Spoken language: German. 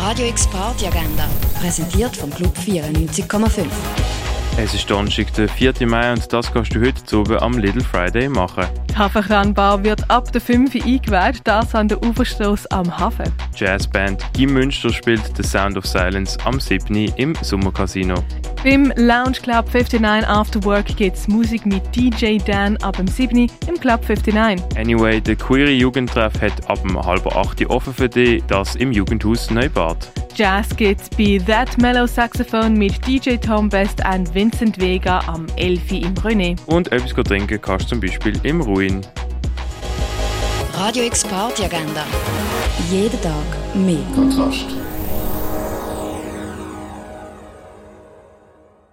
Radio X Party Agenda, präsentiert vom Club 94,5. Es ist Donnerstag, der 4. Mai und das kannst du heute zu oben am Little Friday machen. Die Hafenkranbau wird ab der 5 Uhr eingeweiht, das an der Uferstrasse am Hafen. Die Jazzband Gim Münster spielt The Sound of Silence am 7. im Sommercasino. Beim Lounge Club 59 After Work gibt's Musik mit DJ Dan ab dem 7. Uhr im Club 59. Anyway, der Queere Jugendtreff hat ab um halb acht Uhr offen für dich, das im Jugendhaus Neubad. Jazz gibt's bei That Mellow Saxophone mit DJ Tom Best und Vincent Vega am 11. Uhr im René. Und etwas trinken kannst du zum Beispiel im Ruin. Radio X Party Agenda. Jeden Tag mehr. Kontrast.